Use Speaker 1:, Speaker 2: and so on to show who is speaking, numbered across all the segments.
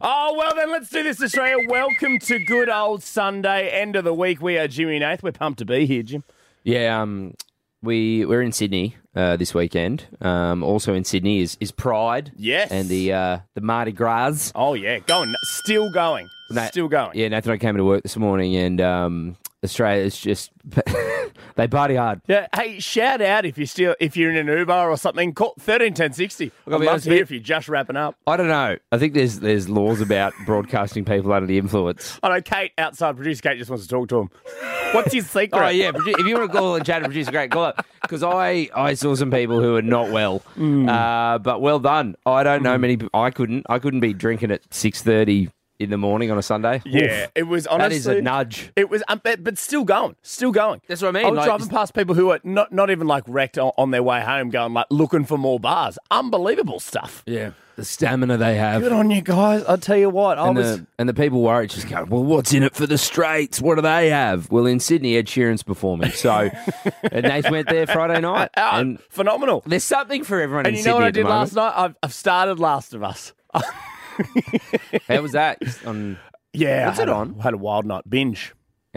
Speaker 1: Oh, well, then let's do this, Australia. Welcome to good old Sunday, end of the week. We are Jimmy and Nath. We're pumped to be here, Jim.
Speaker 2: Yeah, um, we we're in Sydney uh, this weekend. Um, also in Sydney is is Pride.
Speaker 1: Yes.
Speaker 2: and the uh, the Mardi Gras.
Speaker 1: Oh, yeah. Going. Still going.
Speaker 2: Na-
Speaker 1: Still going.
Speaker 2: Yeah, Nathan, I came into work this morning, and um, Australia's just they party hard.
Speaker 1: Yeah, hey, shout out if you're still if you're in an Uber or something. Call thirteen ten sixty. I'd
Speaker 2: gotta be
Speaker 1: love
Speaker 2: honest
Speaker 1: to
Speaker 2: with
Speaker 1: hear
Speaker 2: you.
Speaker 1: if you're just wrapping up.
Speaker 2: I don't know. I think there's there's laws about broadcasting people under the influence.
Speaker 1: I know Kate outside producer Kate just wants to talk to him. What's his secret?
Speaker 2: Oh yeah, produ- if you want to call and chat to producer, great call up because I I saw some people who are not well,
Speaker 1: Mm.
Speaker 2: uh, but well done. I don't know many. pe- I couldn't. I couldn't be drinking at six thirty in the morning on a Sunday.
Speaker 1: Yeah,
Speaker 2: Oof.
Speaker 1: it was
Speaker 2: that
Speaker 1: honestly
Speaker 2: is a nudge.
Speaker 1: It was, um, but, but still going, still going.
Speaker 2: That's what I mean,
Speaker 1: I was
Speaker 2: like-
Speaker 1: driving past people who are not not even like wrecked on, on their way home, going like looking for more bars. Unbelievable stuff.
Speaker 2: Yeah, the stamina they
Speaker 1: Good
Speaker 2: have.
Speaker 1: on you guys. I tell you what, I
Speaker 2: And uh,
Speaker 1: was.
Speaker 2: the, and the people worried, just going, well, what's in it for the straights? What do they have? Well, in Sydney, Ed Sheeran's performing. So, and Nate went there Friday night.
Speaker 1: Oh,
Speaker 2: And
Speaker 1: phenomenal.
Speaker 2: there's something for everyone
Speaker 1: And
Speaker 2: in
Speaker 1: you
Speaker 2: Sydney
Speaker 1: know what I
Speaker 2: at the
Speaker 1: did
Speaker 2: moment.
Speaker 1: last night? I've, I've started Last of Us.
Speaker 2: How was that? Just On,
Speaker 1: Yeah,
Speaker 2: What's
Speaker 1: I had
Speaker 2: it
Speaker 1: a-
Speaker 2: on?
Speaker 1: Had a wild night binge.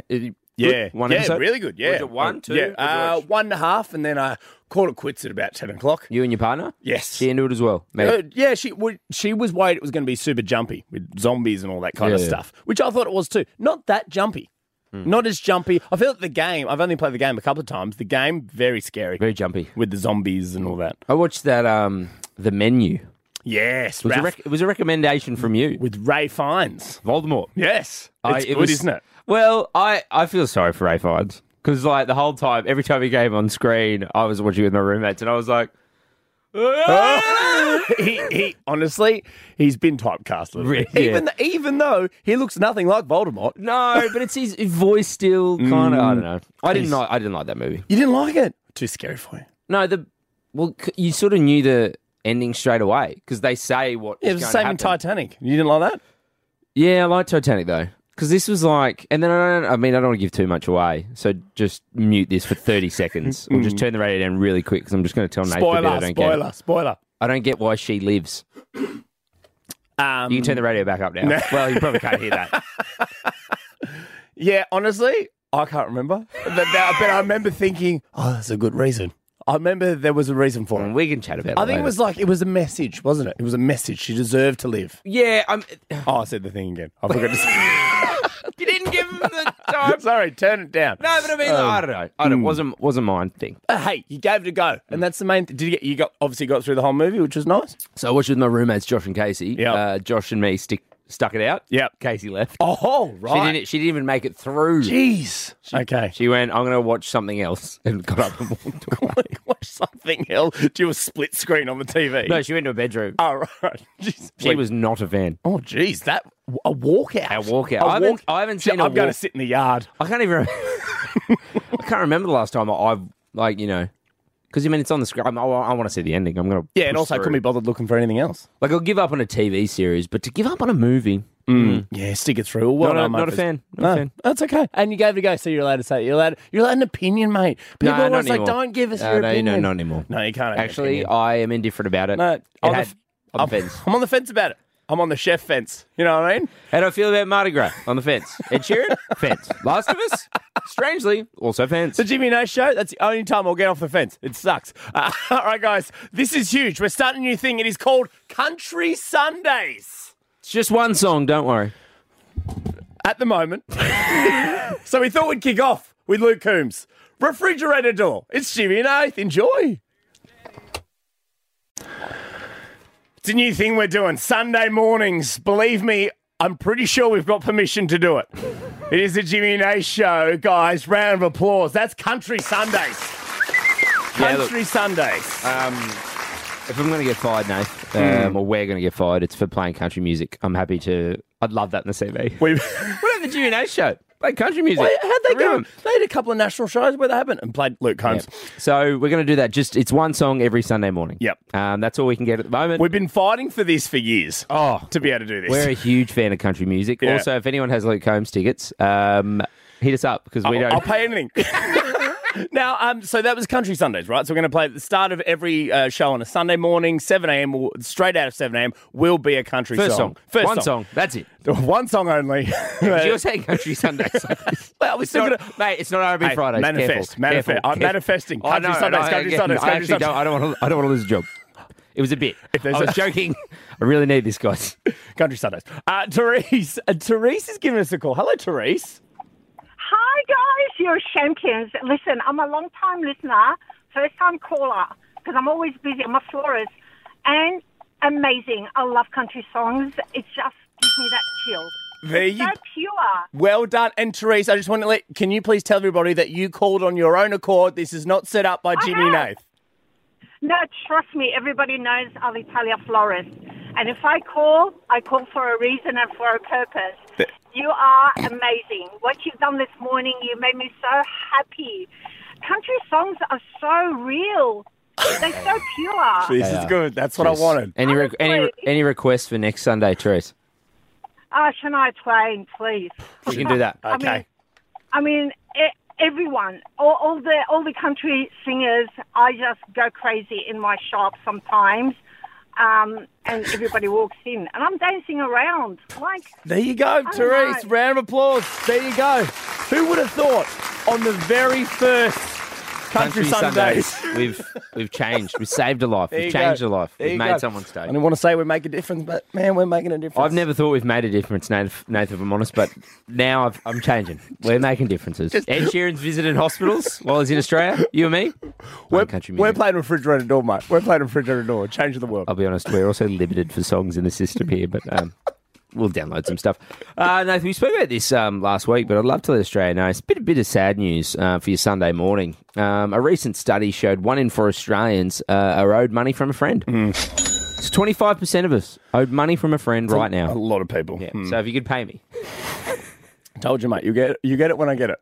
Speaker 2: yeah.
Speaker 1: Yeah,
Speaker 2: one
Speaker 1: yeah,
Speaker 2: episode?
Speaker 1: really good. Yeah,
Speaker 2: Was it one, two?
Speaker 1: Yeah,
Speaker 2: What'd you
Speaker 1: uh,
Speaker 2: watch?
Speaker 1: one and a half, and then I called it quits at about ten o'clock.
Speaker 2: You and your partner?
Speaker 1: Yes.
Speaker 2: She into it as well. Mate.
Speaker 1: Uh, yeah, she would she was worried it was going to be super jumpy with zombies and all that kind of
Speaker 2: Yeah, Hmm. yeah.
Speaker 1: stuff, which I thought it was too. Not that jumpy, not as jumpy. I feel that the game. I've only played the game a couple of times. The game very scary
Speaker 2: Very jumpy.
Speaker 1: with the zombies and all that.
Speaker 2: I watched that, um, The Menu.
Speaker 1: Yes,
Speaker 2: It was, a
Speaker 1: Raph,
Speaker 2: rec- it was a recommendation from you.
Speaker 1: with Ray Fiennes.
Speaker 2: Voldemort.
Speaker 1: Yes,
Speaker 2: I-
Speaker 1: it's
Speaker 2: it
Speaker 1: good,
Speaker 2: was-
Speaker 1: isn't it?
Speaker 2: Well, I, I feel sorry for Ray Fiennes because like the whole time, every time he came on screen, I was watching with my roommates, and I was like,
Speaker 1: he, he honestly, he's been typecast. a little bit.
Speaker 2: Yeah.
Speaker 1: Even th- even though he looks nothing like Voldemort,
Speaker 2: no, but it's his voice still kind of. I don't know. I didn't
Speaker 1: Mm. He's-
Speaker 2: like. I didn't like that movie.
Speaker 1: you didn't like it. Too scary for you.
Speaker 2: No, the well, c- you sort of knew the ending straight away because they say what.
Speaker 1: It was
Speaker 2: is
Speaker 1: the
Speaker 2: going
Speaker 1: same
Speaker 2: to
Speaker 1: in
Speaker 2: happen.
Speaker 1: Titanic. You didn't like that.
Speaker 2: Yeah, I like Titanic though. Because this was like, and then I don't, I mean, I don't want to give too much away, so just mute this for 30 seconds. Or just turn the radio down really quick because I'm just going to tell Nathan that I
Speaker 1: Spoiler,
Speaker 2: don't
Speaker 1: spoiler,
Speaker 2: get.
Speaker 1: spoiler.
Speaker 2: I don't get why she lives.
Speaker 1: Um,
Speaker 2: You can turn the radio back up now. Well, you probably can't hear that.
Speaker 1: Yeah, honestly, I can't remember. But, that- but I remember thinking, oh, that's a good reason. I remember there was a reason for it.
Speaker 2: we can chat about it.
Speaker 1: I think it
Speaker 2: later.
Speaker 1: was like, it was a message, wasn't it? It was a message. She deserved to live.
Speaker 2: Yeah, um, I'm,
Speaker 1: Oh, I said the thing again. I forgot to say
Speaker 2: you didn't give him the time.
Speaker 1: Sorry, turn it down.
Speaker 2: No, but I mean, I don't know. I don't, wasn't wasn't mine thing.
Speaker 1: Uh, hey, you gave it a go. And that's the main thing. Did you, get, you got obviously got through the whole movie, which was nice.
Speaker 2: So I watched with my roommates, Josh and Casey.
Speaker 1: Yep.
Speaker 2: Uh, Josh and me stick, stuck it out.
Speaker 1: Yep.
Speaker 2: Casey left.
Speaker 1: Oh,
Speaker 2: She
Speaker 1: right.
Speaker 2: didn't. e-, She didn't even make it through.
Speaker 1: Jeez. okay.
Speaker 2: She went. I'm going to watch something else, and got up and walked away.
Speaker 1: Watch something else. Do a split screen on the TV.
Speaker 2: no, she went to a bedroom.
Speaker 1: Oh, right. Jeez.
Speaker 2: She was not a fan.
Speaker 1: Oh, geez, that a walkout.
Speaker 2: A walkout. I haven't- I haven't seen
Speaker 1: i
Speaker 2: a
Speaker 1: I'm going to
Speaker 2: walk-
Speaker 1: sit in the yard.
Speaker 2: I can't even. Remember, I can't remember the last time I, I've like you know, because I mean it's on the screen. I'm, I, want to see the ending. I'm going to
Speaker 1: Yeah, and also I couldn't
Speaker 2: through.
Speaker 1: be bothered looking for anything else.
Speaker 2: like I'll give up on a TV series, but to give up on a movie,
Speaker 1: Mm. Yeah, stick it through. Well
Speaker 2: Hmm. Not a-
Speaker 1: done, mate,
Speaker 2: not a
Speaker 1: for-
Speaker 2: fan. Not a
Speaker 1: No,
Speaker 2: fan.
Speaker 1: That's okay. And you gave it a go, so you're allowed to say it. You're allowed. You're allowed an opinion, mate. People
Speaker 2: No,
Speaker 1: are always
Speaker 2: not
Speaker 1: like,
Speaker 2: anymore.
Speaker 1: don't give us
Speaker 2: No,
Speaker 1: your
Speaker 2: no,
Speaker 1: opinion.
Speaker 2: No, not anymore.
Speaker 1: No, you can't. Have an
Speaker 2: Actually,
Speaker 1: opinion.
Speaker 2: I am indifferent about it.
Speaker 1: No,
Speaker 2: it
Speaker 1: I'm the
Speaker 2: had,
Speaker 1: f-
Speaker 2: on the fence.
Speaker 1: I'm on the fence about it. I'm on the chef fence. You know what I mean?
Speaker 2: How do I feel about Mardi Gras? On the fence. Ed Sheeran? fence. Last of Us? Strangely, also fence.
Speaker 1: The Jimmy No Show. That's the only time I'll get off the fence. It sucks. Uh, all right, guys, this is huge. We're starting a new thing. It is called Country Sundays.
Speaker 2: It's just one song, don't worry.
Speaker 1: at the moment. so we thought we'd kick off with Luke Coombs. Refrigerator door. It's Jimmy and Eighth. Enjoy. It's a new thing we're doing Sunday mornings. Believe me, I'm pretty sure we've got permission to do it. It is the Jimmy and Ace show, guys. Round of applause. That's Country Sundays.
Speaker 2: Yeah, look. Uh,
Speaker 1: Country Sundays.
Speaker 2: If I'm going to get fired, Nate, um, or we're going to get fired, it's for playing country music. I'm happy to. I'd love that in the CV.
Speaker 1: We've.
Speaker 2: What about the Jimmy Nash show? Play country music.
Speaker 1: How'd they go?
Speaker 2: Everyone.
Speaker 1: They had a couple of national shows where they haven't and played Luke
Speaker 2: Yeah.
Speaker 1: Combs.
Speaker 2: So we're going to do that. Just it's one song every Sunday morning.
Speaker 1: Yep.
Speaker 2: Um, that's all we can get at the moment.
Speaker 1: We've been fighting for this for years.
Speaker 2: Oh.
Speaker 1: to be able to do this.
Speaker 2: We're a huge fan of country music.
Speaker 1: Yeah.
Speaker 2: Also, if anyone has Luke Combs tickets, um, hit us up because we
Speaker 1: Oh, I'll,
Speaker 2: don't.
Speaker 1: I'll pay anything. Now, um, so that was Country Sundays, right? So we're going to play at the start of every uh, show on a Sunday morning, 7 a.m., will- straight out of 7 a.m., will be a country
Speaker 2: First
Speaker 1: song.
Speaker 2: song. One song. That's it.
Speaker 1: One song only.
Speaker 2: You're saying country Sunday.
Speaker 1: Well, we're
Speaker 2: it's
Speaker 1: still
Speaker 2: not,
Speaker 1: gonna-
Speaker 2: mate, it's not R&B
Speaker 1: Hey,
Speaker 2: Fridays.
Speaker 1: manifest,
Speaker 2: Careful,
Speaker 1: manifest.
Speaker 2: careful,
Speaker 1: I'm
Speaker 2: careful. Oh,
Speaker 1: manifesting.
Speaker 2: I
Speaker 1: Country
Speaker 2: know,
Speaker 1: Sundays,
Speaker 2: and I-
Speaker 1: country
Speaker 2: I-
Speaker 1: Sundays,
Speaker 2: I
Speaker 1: country
Speaker 2: actually
Speaker 1: Sundays.
Speaker 2: don't. I don't want to. I don't want to lose a job. It was a bit. I
Speaker 1: there's
Speaker 2: was
Speaker 1: a-
Speaker 2: joking. I really need this, guys.
Speaker 1: Country Sundays. Uh, Therese. Uh, Therese is giving us a call. Hello, Therese.
Speaker 3: Hi guys, you're champions. Listen, I'm a long time listener, first time caller, because I'm always busy. I'm a florist, and amazing. I love country songs. It just gives me that chill.
Speaker 1: There
Speaker 3: It's
Speaker 1: you
Speaker 3: so pure.
Speaker 1: Well done. And Therese, I just want to let, can you please tell everybody that you called on your own accord? This is not set up by Jimmy
Speaker 3: have.
Speaker 1: Nath.
Speaker 3: No, trust me. Everybody knows Alitalia florist, and if I call, I call for a reason and for a purpose. You are amazing. What you've done this morning, you made me so happy. Country songs are so real. They're so pure.
Speaker 1: This is good. That's what I wanted.
Speaker 2: Any re- any
Speaker 3: Honestly.
Speaker 2: any requests for next Sunday, Therese?
Speaker 3: Ah, Shania Twain, please.
Speaker 2: We can do that.
Speaker 1: Okay.
Speaker 3: mean- I mean, e- everyone, all, all the all the country singers, I just go crazy in my shop sometimes, um, and everybody walks in, and I'm dancing around like
Speaker 1: There you go, Therese.
Speaker 3: know.
Speaker 1: Round of applause. There you go. Who would have thought on the very first Country, Sundays?
Speaker 2: we've we've changed. We've saved a life.
Speaker 1: There you
Speaker 2: We've changed
Speaker 1: go.
Speaker 2: a life.
Speaker 1: There
Speaker 2: We've
Speaker 1: you
Speaker 2: made
Speaker 1: go.
Speaker 2: someone's day.
Speaker 1: I didn't want to say we make a difference, but man, we're making a difference.
Speaker 2: I've never thought we've made a difference, Nath, Nath if I'm honest, but now I've, I'm changing. We're making differences. Ed Sheeran's visited hospitals while he's in Australia. You and me.
Speaker 1: We're,
Speaker 2: Playing country
Speaker 1: we're
Speaker 2: music.
Speaker 1: playing refrigerator door, mate. We're playing refrigerator door. Change of the world.
Speaker 2: I'll be honest. We're also limited for songs in the system here, but um, we'll download some stuff. Uh, Nath, we spoke about this um, last week, but I'd love to let Australia know. It's a bit, a bit of sad news uh, for your Sunday morning. Um, a recent study showed one in four Australians uh, are owed money from a friend.
Speaker 1: Hmm.
Speaker 2: It's 25% of us owed money from a friend right
Speaker 1: A
Speaker 2: now.
Speaker 1: lot of people. Hmm.
Speaker 2: Yeah, So if you could pay me.
Speaker 1: Told you, mate. You get it, you get it when I get it.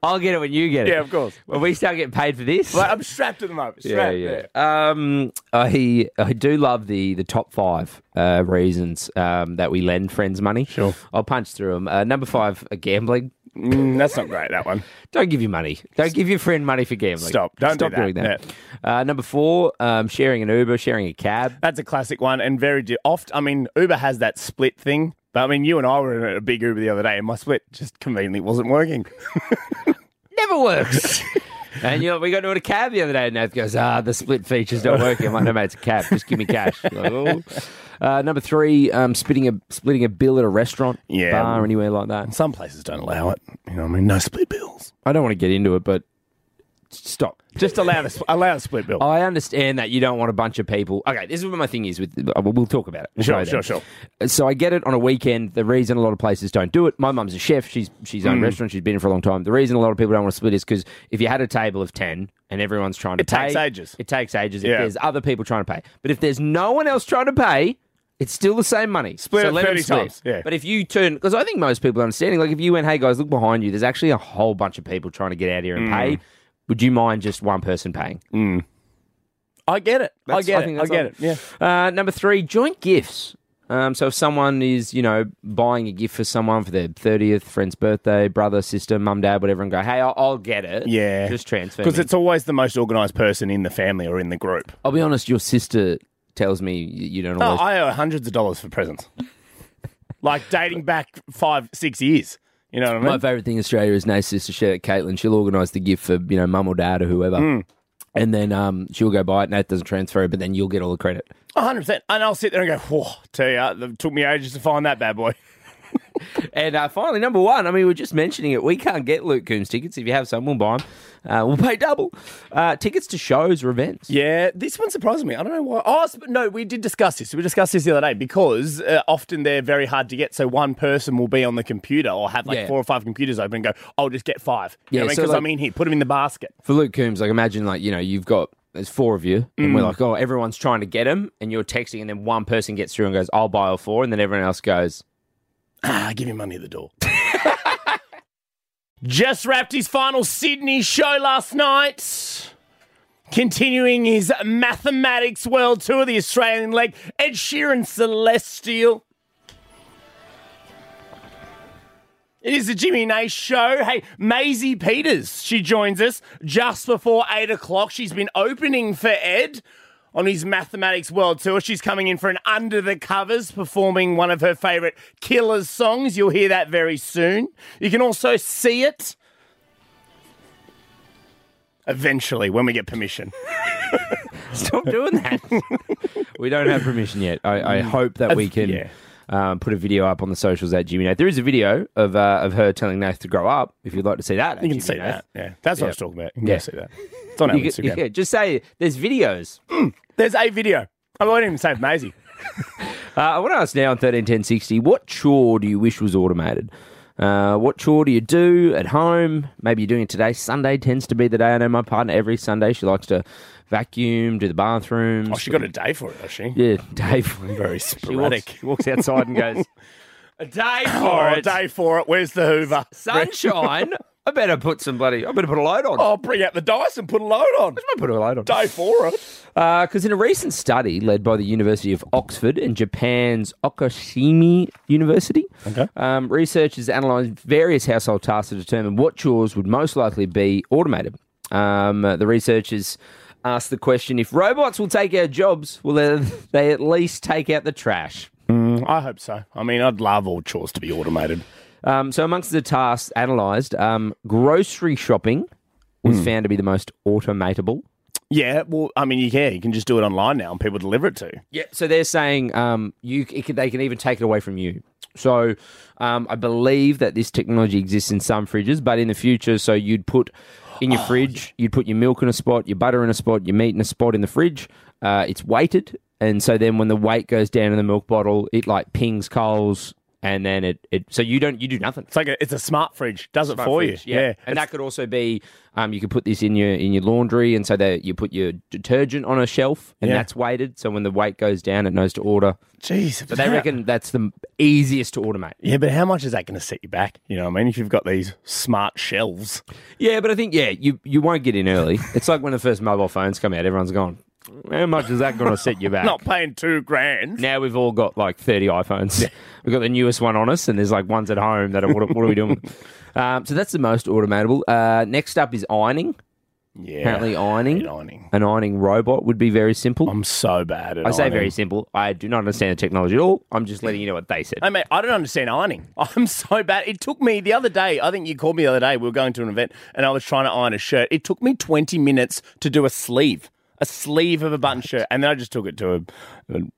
Speaker 2: I'll get it when you get it.
Speaker 1: Yeah, of course.
Speaker 2: When we start getting paid for this.
Speaker 1: Like, I'm strapped at the moment.
Speaker 2: yeah,
Speaker 1: Strapped.
Speaker 2: yeah. Um, I I do love the the top five uh, reasons um, that we lend friends money.
Speaker 1: Sure.
Speaker 2: I'll punch through them. Uh, number five, uh, gambling.
Speaker 1: Mm, that's not great. That one.
Speaker 2: Don't give your money. Don't give your friend money for gambling.
Speaker 1: Stop. Don't do
Speaker 2: Stop
Speaker 1: that.
Speaker 2: doing that. Uh, number four, um, sharing an Uber, sharing a cab.
Speaker 1: That's a classic one, and very di- oft. I mean, Uber has that split thing. But I mean, you and I were in a big Uber the other day, and my split just conveniently wasn't working.
Speaker 2: Never works. And you know, we got into a cab the other day, and Nath goes, "Ah, the split feature's not working." I'm like, "No, mate, it's a cab. Just give me cash." Like, "Oh." uh, number three, um, splitting a splitting a bill at a restaurant,
Speaker 1: Yeah.
Speaker 2: bar, anywhere like that.
Speaker 1: Some places don't allow it. You know, what I mean, no split bills.
Speaker 2: I don't want to get into it, but stop.
Speaker 1: Just allow the sp- allow the split bill.
Speaker 2: I understand that you don't want a bunch of people. Okay, this is what my thing is with. uh, We'll talk about it. We'll
Speaker 1: Sure,
Speaker 2: go there.
Speaker 1: sure,
Speaker 2: So I get it on a weekend. The reason a lot of places don't do it. My mum's a chef. She's she's
Speaker 1: Mm.
Speaker 2: owned restaurant. She's been in for a long time. The reason a lot of people don't want to split is because if you had a table of ten and everyone's trying to
Speaker 1: It
Speaker 2: pay,
Speaker 1: takes ages.
Speaker 2: It takes ages.
Speaker 1: Yeah.
Speaker 2: If there's other people trying to pay, but if there's no one else trying to pay. It's still the same money.
Speaker 1: Split
Speaker 2: so
Speaker 1: it
Speaker 2: let 'em
Speaker 1: 30
Speaker 2: split.
Speaker 1: times, yeah.
Speaker 2: But if you turn, because I think most people are understanding, like if you went, hey guys, look behind you, there's actually a whole bunch of people trying to get out here
Speaker 1: Mm.
Speaker 2: and pay. Would you mind just one person paying?
Speaker 1: I get it. I
Speaker 2: That's-
Speaker 1: get it.
Speaker 2: think
Speaker 1: I
Speaker 2: that's
Speaker 1: get
Speaker 2: all.
Speaker 1: it. Yeah.
Speaker 2: Uh, number three, joint gifts. Um, so if someone is, you know, buying a gift for someone for their thirtieth, friend's birthday, brother, sister, mum, dad, whatever, and go, hey, I'll, I'll get it.
Speaker 1: Yeah.
Speaker 2: just transfer.
Speaker 1: Because
Speaker 2: me."
Speaker 1: it's always the most organised person in the family or in the group.
Speaker 2: I'll be honest, your sister tells me you you don't
Speaker 1: Oh,
Speaker 2: always.
Speaker 1: I owe hundreds of dollars for presents. like dating back five, six years. You know what I mean?
Speaker 2: My favourite thing in Australia is Nate's sister, Sher- Caitlin. She'll organise the gift for, you know, mum or dad or whoever. And then um, she'll go buy it. Nate doesn't transfer it, but then you'll get all the credit.
Speaker 1: hundred percent. And I'll sit there and go, whoa, tell you, it took me ages to find that bad boy.
Speaker 2: And uh, finally, number one, I mean, we are just mentioning it. We can't get Luke Coombs tickets. If you have some, we'll buy them. Uh, we'll pay double. Uh, tickets to shows or events.
Speaker 1: Yeah, this one surprised me. I don't know why. Oh, sp- no, we did discuss this. We discussed this the other day because uh, often they're very hard to get. So one person will be on the computer or have like
Speaker 2: Yeah.
Speaker 1: four or five computers open and go, I'll just get five. You know
Speaker 2: Yeah,
Speaker 1: what I mean?
Speaker 2: so,
Speaker 1: Because
Speaker 2: like-
Speaker 1: I'm in here, put them in the basket.
Speaker 2: For Luke Coombs, like, imagine, like, you know, you've got, there's four of you, and we're like, oh, everyone's trying to get them, and you're texting, and then one person gets through and goes, I'll buy all four, and then everyone else goes,
Speaker 1: Ah, give him money at the door. Just wrapped his final Sydney show last night. Continuing his mathematics world tour, the Australian leg, Ed Sheeran Celestial. It is the Jimmy Nash show. Hey, Maisie Peters, she joins us just before eight o'clock. She's been opening for Ed on his Mathematics World Tour. She's coming in for an Under the Covers, performing one of her favourite Killers songs. You'll hear that very soon. You can also see it eventually when we get permission.
Speaker 2: Stop doing that. we don't have permission yet. I, I hope that we can
Speaker 1: yeah.
Speaker 2: um, put a video up on the socials at Jimmy Nath. There is a video of uh, of her telling Nath to grow up. If you'd like to see that,
Speaker 1: You can see that. Yeah, that's what I was talking about. You can go
Speaker 2: Yeah.
Speaker 1: see that. It's on our
Speaker 2: You
Speaker 1: Instagram.
Speaker 2: can, yeah, just say there's videos.
Speaker 1: There's a video. Oh, I won't even say Maisie.
Speaker 2: Uh, I want to ask now on thirteen ten sixty. What chore do you wish was automated? Uh, what chore do you do at home? Maybe you're doing it today. Sunday tends to be the day. I know my partner every Sunday she likes to vacuum, do the bathrooms.
Speaker 1: Oh, she got a day for it, does she?
Speaker 2: yeah, Dave.
Speaker 1: Very
Speaker 2: She walks,
Speaker 1: sporadic.
Speaker 2: she walks outside and goes, "A day for
Speaker 1: Oh,
Speaker 2: it."
Speaker 1: day for it. Where's the Hoover?
Speaker 2: sunshine. I better put some bloody. I better put a load on.
Speaker 1: I'll Oh, bring out the dice and put a load on.
Speaker 2: I put a load on.
Speaker 1: Day for it.
Speaker 2: Because Uh, in a recent study led by the University of Oxford and Japan's Okushimi University,
Speaker 1: Okay.
Speaker 2: um, researchers analysed various household tasks to determine what chores would most likely be automated. Um, uh, the researchers asked the question: If robots will take our jobs, will they, they at least take out the trash?
Speaker 1: I hope so. I mean, I'd love all chores to be automated.
Speaker 2: Um, so, amongst the tasks analysed, um, grocery shopping was found to be the most automatable.
Speaker 1: Yeah, well, I mean, you can. You can just do it online now and people deliver it to you.
Speaker 2: Yeah. So they're saying um, you it can, they can even take it away from you. So um, I believe that this technology exists in some fridges, but in the future, so you'd put in your fridge, you'd put your milk in a spot, your butter in a spot, your meat in a spot in the fridge. Uh, it's weighted, and so then when the weight goes down in the milk bottle, it like pings coals, and then it, it so you don't you do nothing.
Speaker 1: It's like a, it's a smart fridge. Does it for
Speaker 2: fridge,
Speaker 1: you. Yeah.
Speaker 2: and that could also be um, you could put this in your in your laundry, and so that you put your detergent on a shelf, and
Speaker 1: Yeah.
Speaker 2: that's weighted. So when the weight goes down, it knows to order.
Speaker 1: Jeez. But
Speaker 2: But they reckon that's the easiest to automate.
Speaker 1: Yeah, but how much is that going to set you back? You know what I mean? If you've got these smart shelves.
Speaker 2: Yeah, but I think yeah, you you won't get in early. it's like when the first mobile phones come out, everyone's gone. How much is that going to set you back?
Speaker 1: Not paying two grand.
Speaker 2: Now we've all got like 30 iPhones. We've got the newest one on us, and there's like ones at home that are, what, are- what are we doing? Um, so that's the most automatable. Uh, next up is ironing.
Speaker 1: Yeah.
Speaker 2: Apparently,
Speaker 1: I
Speaker 2: ironing.
Speaker 1: hate ironing.
Speaker 2: An ironing robot would be very simple.
Speaker 1: I'm so bad at
Speaker 2: I say
Speaker 1: ironing.
Speaker 2: very simple. I do not understand the technology at all. I'm just letting you know what they said.
Speaker 1: I mean, I don't understand ironing. I'm so bad. It took me the other day. I think you called me the other day. We were going to an event, and I was trying to iron a shirt. It took me 20 minutes to do a sleeve, a sleeve of a button shirt, and then I just took it to a,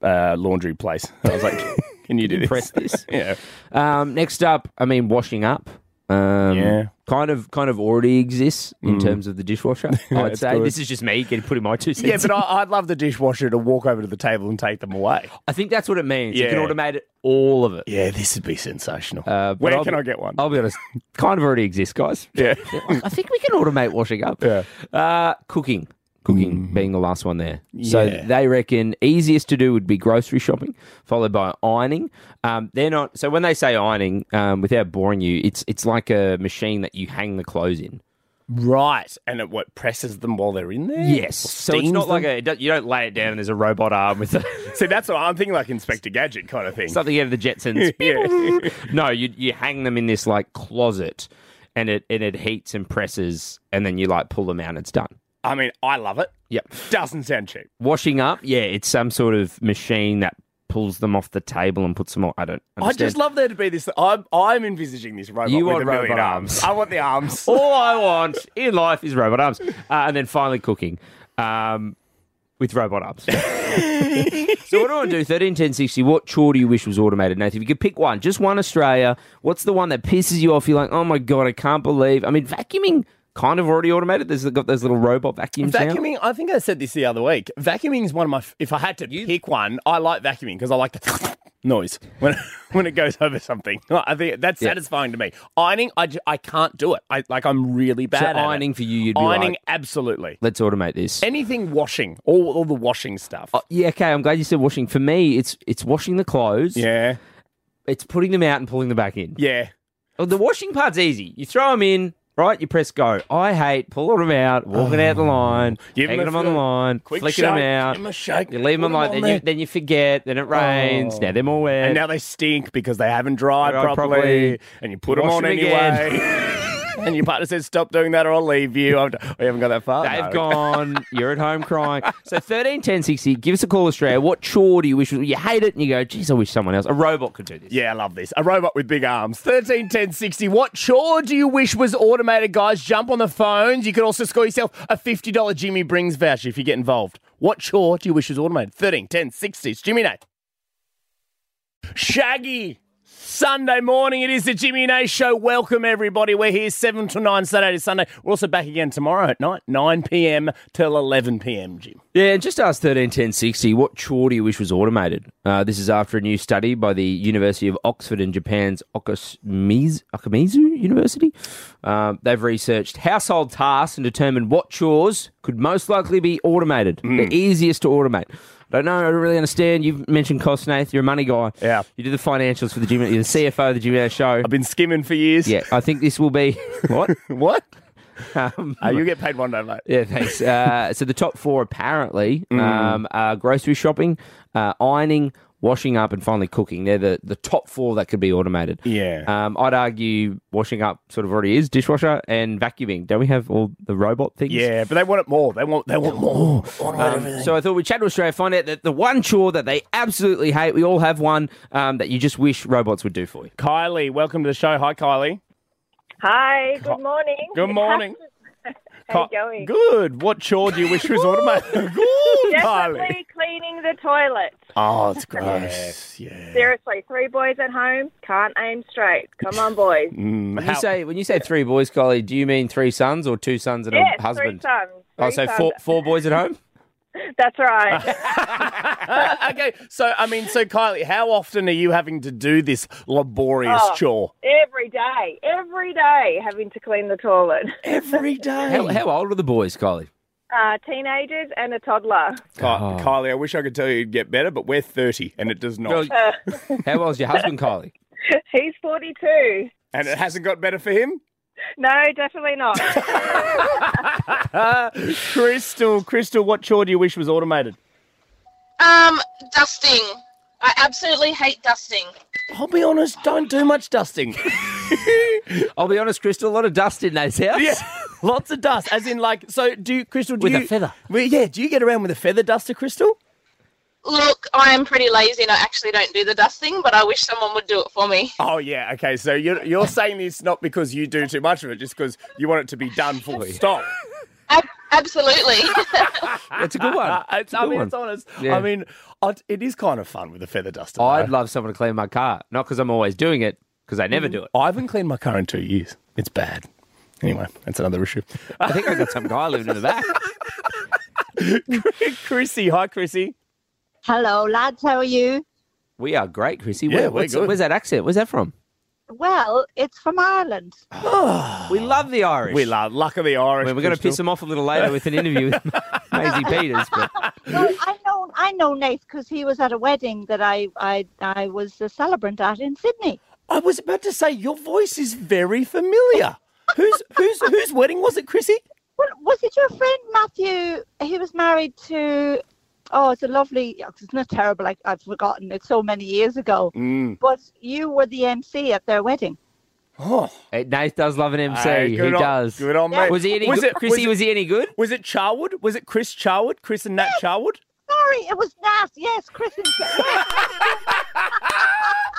Speaker 1: a uh, laundry place. I was like, "Can you do this?"
Speaker 2: Press this.
Speaker 1: Yeah,
Speaker 2: Um, next up, I mean, washing up. Um,
Speaker 1: Yeah.
Speaker 2: Kind of, kind of already exists in terms of the dishwasher. I'd
Speaker 1: That's
Speaker 2: say
Speaker 1: good.
Speaker 2: this is just me getting putting my two cents.
Speaker 1: yeah. But I, I'd love the dishwasher to walk over to the table and take them away.
Speaker 2: I think that's what it means. You can
Speaker 1: Yeah.
Speaker 2: automate it, all of it.
Speaker 1: Yeah, this would be sensational.
Speaker 2: Uh, but
Speaker 1: Where
Speaker 2: I'll
Speaker 1: can
Speaker 2: be-
Speaker 1: I get one?
Speaker 2: I'll be honest, kind of already exists, guys.
Speaker 1: yeah,
Speaker 2: I think we can automate washing up.
Speaker 1: Yeah. Mm.
Speaker 2: Uh, cooking. Cooking being the last one there. So
Speaker 1: Yeah.
Speaker 2: they reckon easiest to do would be grocery shopping, followed by ironing. Um, they're not so when they say ironing, um, without boring you, it's it's like a machine that you hang the clothes in.
Speaker 1: right. And it what presses them while they're in there?
Speaker 2: Yes.
Speaker 1: Or
Speaker 2: So it's
Speaker 1: steams
Speaker 2: not
Speaker 1: them?
Speaker 2: like a it don't- you don't lay it down and there's a robot arm with a,
Speaker 1: See, that's what I'm thinking, like Inspector Gadget kind of thing.
Speaker 2: something out of the Jetsons.
Speaker 1: Yeah.
Speaker 2: no, you you hang them in this like closet, and it and it heats and presses, and then you like pull them out and it's done.
Speaker 1: I mean, I love it.
Speaker 2: Yep.
Speaker 1: Doesn't sound cheap.
Speaker 2: Washing up, yeah, it's some sort of machine that pulls them off the table and puts them on. I don't.
Speaker 1: I
Speaker 2: Understand.
Speaker 1: just love there to be this. I'm, I'm envisaging this robot
Speaker 2: You
Speaker 1: with
Speaker 2: want
Speaker 1: a million
Speaker 2: robot
Speaker 1: arms.
Speaker 2: arms.
Speaker 1: I want the arms.
Speaker 2: All I want in life is robot arms, uh, and then finally cooking, um, with robot arms. so what do I want to do? Thirteen, ten, sixty. What chore do you wish was automated, Nathan? If you could pick one, just one Australia. What's the one that pisses you off? You're like, oh my god, I can't believe. I mean, vacuuming kind of already automated. There's got those little robot vacuums. now.
Speaker 1: Vacuuming, I think I said this the other week. Vacuuming is one of my. f- If I had to pick one, I like vacuuming because I like the noise when when it goes over something. I think that's satisfying to me. Ironing, I, ju- I can't do it. I like I'm really bad
Speaker 2: So
Speaker 1: at it.
Speaker 2: ironing for you, you'd be
Speaker 1: Ironing,
Speaker 2: like,
Speaker 1: absolutely.
Speaker 2: let's automate this.
Speaker 1: Anything washing, all all the washing stuff.
Speaker 2: Yeah, okay. I'm glad you said washing. For me, it's it's washing the clothes.
Speaker 1: yeah,
Speaker 2: It's putting them out and pulling them back in.
Speaker 1: yeah.
Speaker 2: Oh, The washing part's easy. You throw them in, Right, you press go. I hate pulling them out, walking out the line,
Speaker 1: Oh. Give 'em
Speaker 2: hanging
Speaker 1: a
Speaker 2: them on the
Speaker 1: feel-
Speaker 2: line,
Speaker 1: quick
Speaker 2: flicking them
Speaker 1: shake,
Speaker 2: out.
Speaker 1: give 'em a shake,
Speaker 2: You leave them
Speaker 1: put 'em
Speaker 2: like
Speaker 1: on
Speaker 2: then you,
Speaker 1: there. Oh.
Speaker 2: then you forget. Then it rains. Now they're more wet.
Speaker 1: And now they stink because they haven't dried
Speaker 2: Dried
Speaker 1: properly,
Speaker 2: properly.
Speaker 1: and you put them
Speaker 2: Wash
Speaker 1: on
Speaker 2: them again.
Speaker 1: anyway. and your partner says, "Stop doing that, or I'll leave you." I've, I haven't got that far.
Speaker 2: They've
Speaker 1: no.
Speaker 2: gone. You're at home crying. So thirteen ten sixty. Give us a call, Australia. What chore do you wish? You hate it, and you go, "Geez, I wish someone else, a robot, could do this."
Speaker 1: Yeah, I love this. A robot with big arms. 13, 10, 60. What chore do you wish was automated, guys? Jump on the phones. You could also score yourself a $50 Jimmy Brings voucher if you get involved. What chore do you wish was automated? 13, 10, 60. It's Jimmy Nate. Shaggy. Sunday morning, it is the Jimmy and A Show. Welcome, everybody. We're here 7 to 9, Saturday to Sunday. We're also back again tomorrow at night, 9 p.m. till 11 p.m., Jim.
Speaker 2: Yeah, and just ask 131060, what chore do you wish was automated? Uh, this is after a new study by the University of Oxford and Japan's Okumizu, Okumizu University. Um, they've researched household tasks and determined what chores could most likely be automated,
Speaker 1: Hmm.
Speaker 2: the easiest to automate. I don't know, I don't really understand. You've mentioned cost, Nath. You're a money guy.
Speaker 1: Yeah.
Speaker 2: You do the financials for the gym, you're the CFO of the Gym Show.
Speaker 1: I've been skimming for years.
Speaker 2: Yeah, I think this will be. What?
Speaker 1: What?
Speaker 2: Um,
Speaker 1: Uh, you get paid one day, mate.
Speaker 2: yeah, thanks. Uh, so the top four apparently
Speaker 1: Mm.
Speaker 2: um, are grocery shopping, uh, ironing, washing up, and finally cooking. They're the, the top four that could be automated.
Speaker 1: Yeah.
Speaker 2: Um, I'd argue washing up sort of already is dishwasher and vacuuming. Don't we have all the robot things?
Speaker 1: Yeah, but they want it more. They want they want more.
Speaker 2: So I thought we'd chat to Australia, find out that the one chore that they absolutely hate, we all have one um, that you just wish robots would do for you.
Speaker 1: Kylie, welcome to the show. Hi, Kylie.
Speaker 4: Hi, good morning.
Speaker 1: Good morning.
Speaker 4: How you
Speaker 1: Ki-
Speaker 4: going?
Speaker 1: Good. What chore do you wish was automated? Good, Kylie.
Speaker 4: Definitely cleaning the toilet.
Speaker 1: Oh, it's gross. Yeah.
Speaker 4: Seriously, three boys at home can't aim straight. Come on, boys.
Speaker 1: Mm,
Speaker 2: When you
Speaker 1: how-
Speaker 2: say when you say three boys, Collie, do you mean three sons or two sons and
Speaker 4: yes,
Speaker 2: a husband?
Speaker 4: three sons.
Speaker 2: Oh,
Speaker 4: Three
Speaker 2: so
Speaker 4: sons.
Speaker 2: four four boys at home.
Speaker 4: That's right.
Speaker 1: Uh, okay, so I mean, so Kylie, how often are you having to do this laborious
Speaker 4: Oh.
Speaker 1: chore?
Speaker 4: every day, every day, having to clean the toilet.
Speaker 1: Every day.
Speaker 2: How, how old are the boys, Kylie?
Speaker 4: Uh, teenagers and a toddler.
Speaker 2: Oh.
Speaker 1: Kylie, I wish I could tell you you'd get better, but we're 30 and it does not.
Speaker 2: Well,
Speaker 1: Uh.
Speaker 2: how old's your husband, Kylie?
Speaker 4: He's forty-two.
Speaker 1: and it hasn't got better for him?
Speaker 4: No, definitely not.
Speaker 1: Crystal, Crystal, what chore do you wish was automated?
Speaker 5: Um, dusting. I absolutely hate dusting.
Speaker 1: I'll be honest, don't do much dusting.
Speaker 2: I'll be honest, Crystal, a lot of dust in those houses.
Speaker 1: Yeah, lots of dust. As in, like, so do you, Crystal? Do
Speaker 2: With a
Speaker 1: you-
Speaker 2: feather.
Speaker 1: Well, yeah. Do you get around with a feather duster, Crystal?
Speaker 5: Look, I am pretty lazy and I actually don't do the dusting, but I wish someone would do it for me.
Speaker 1: Oh yeah. Okay. So you're you're saying this not because you do too much of it, just because you want it to be done. Full stop.
Speaker 5: Ab- absolutely.
Speaker 2: That's a good one.
Speaker 1: I,
Speaker 2: It's a
Speaker 1: I
Speaker 2: good
Speaker 1: mean,
Speaker 2: one.
Speaker 1: Uh, it's honest.
Speaker 2: Yeah.
Speaker 1: I mean, I, it is kind of fun with a feather duster.
Speaker 2: I'd
Speaker 1: though.
Speaker 2: love someone to clean my car, not because I'm always doing it, because I
Speaker 1: Mm.
Speaker 2: never do it.
Speaker 1: I haven't cleaned my car in two years. It's bad. Anyway, that's another issue.
Speaker 2: I think I got some guy living in the back.
Speaker 1: Chrissy, hi, Chrissy.
Speaker 6: Hello, lads. How are you?
Speaker 2: We are great, Chrissy.
Speaker 1: Yeah,
Speaker 2: Where-
Speaker 1: we're
Speaker 2: what's-
Speaker 1: good.
Speaker 2: Where's that accent? Where's that from?
Speaker 6: Well, it's from Ireland.
Speaker 2: We love the Irish.
Speaker 1: Oh. We love luck of the Irish.
Speaker 2: I mean, we're going to
Speaker 1: Crystal.
Speaker 2: piss them off a little later with an interview with Maisie Peters. But
Speaker 6: Well, I know I know Nate because he was at a wedding that I I, I was the celebrant at in Sydney.
Speaker 1: I was about to say your voice is very familiar. whose whose whose wedding was it, Chrissy?
Speaker 6: Well, was it your friend Matthew? He was married to. Oh, it's a lovely. It's not terrible. I, I've forgotten. It's so many years ago. But you were the MC at their wedding.
Speaker 1: Oh,
Speaker 2: Hey, Nath does love an MC.
Speaker 1: Hey,
Speaker 2: he
Speaker 1: good on-
Speaker 2: does.
Speaker 1: Good on me.
Speaker 2: Was he any good? Chrissy,
Speaker 1: was,
Speaker 2: was,
Speaker 1: it,
Speaker 2: he any good?
Speaker 1: was it Charwood? Was it Chris Charwood? Chris and Nat Charwood?
Speaker 6: Sorry, it was Nat. Yes, Chris and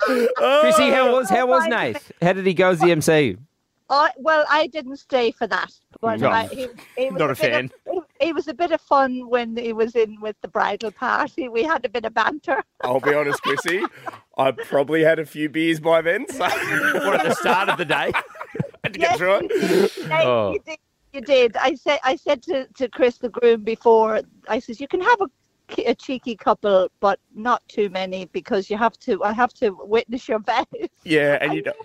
Speaker 2: Chrissy, how was how was
Speaker 6: Oh, my
Speaker 2: Nath? How did he go as the MC?
Speaker 6: I, well, I didn't stay for that, but
Speaker 1: No.
Speaker 6: I, he, he was
Speaker 2: Not a
Speaker 6: bit
Speaker 2: fan.
Speaker 6: Of, he was a bit of fun when he was in with the bridal party. We had a bit of banter.
Speaker 1: I'll be honest, Chrissy. I probably had a few beers by then, so
Speaker 2: What at the start of the day?
Speaker 1: had to
Speaker 6: Yes, you did. Nate,
Speaker 2: Oh.
Speaker 6: you did. You did. I said. I said to, to Chris the groom before. I says you can have a, ki- a cheeky couple, but not too many because you have to. I have to witness your vows.
Speaker 1: Yeah, and you don't,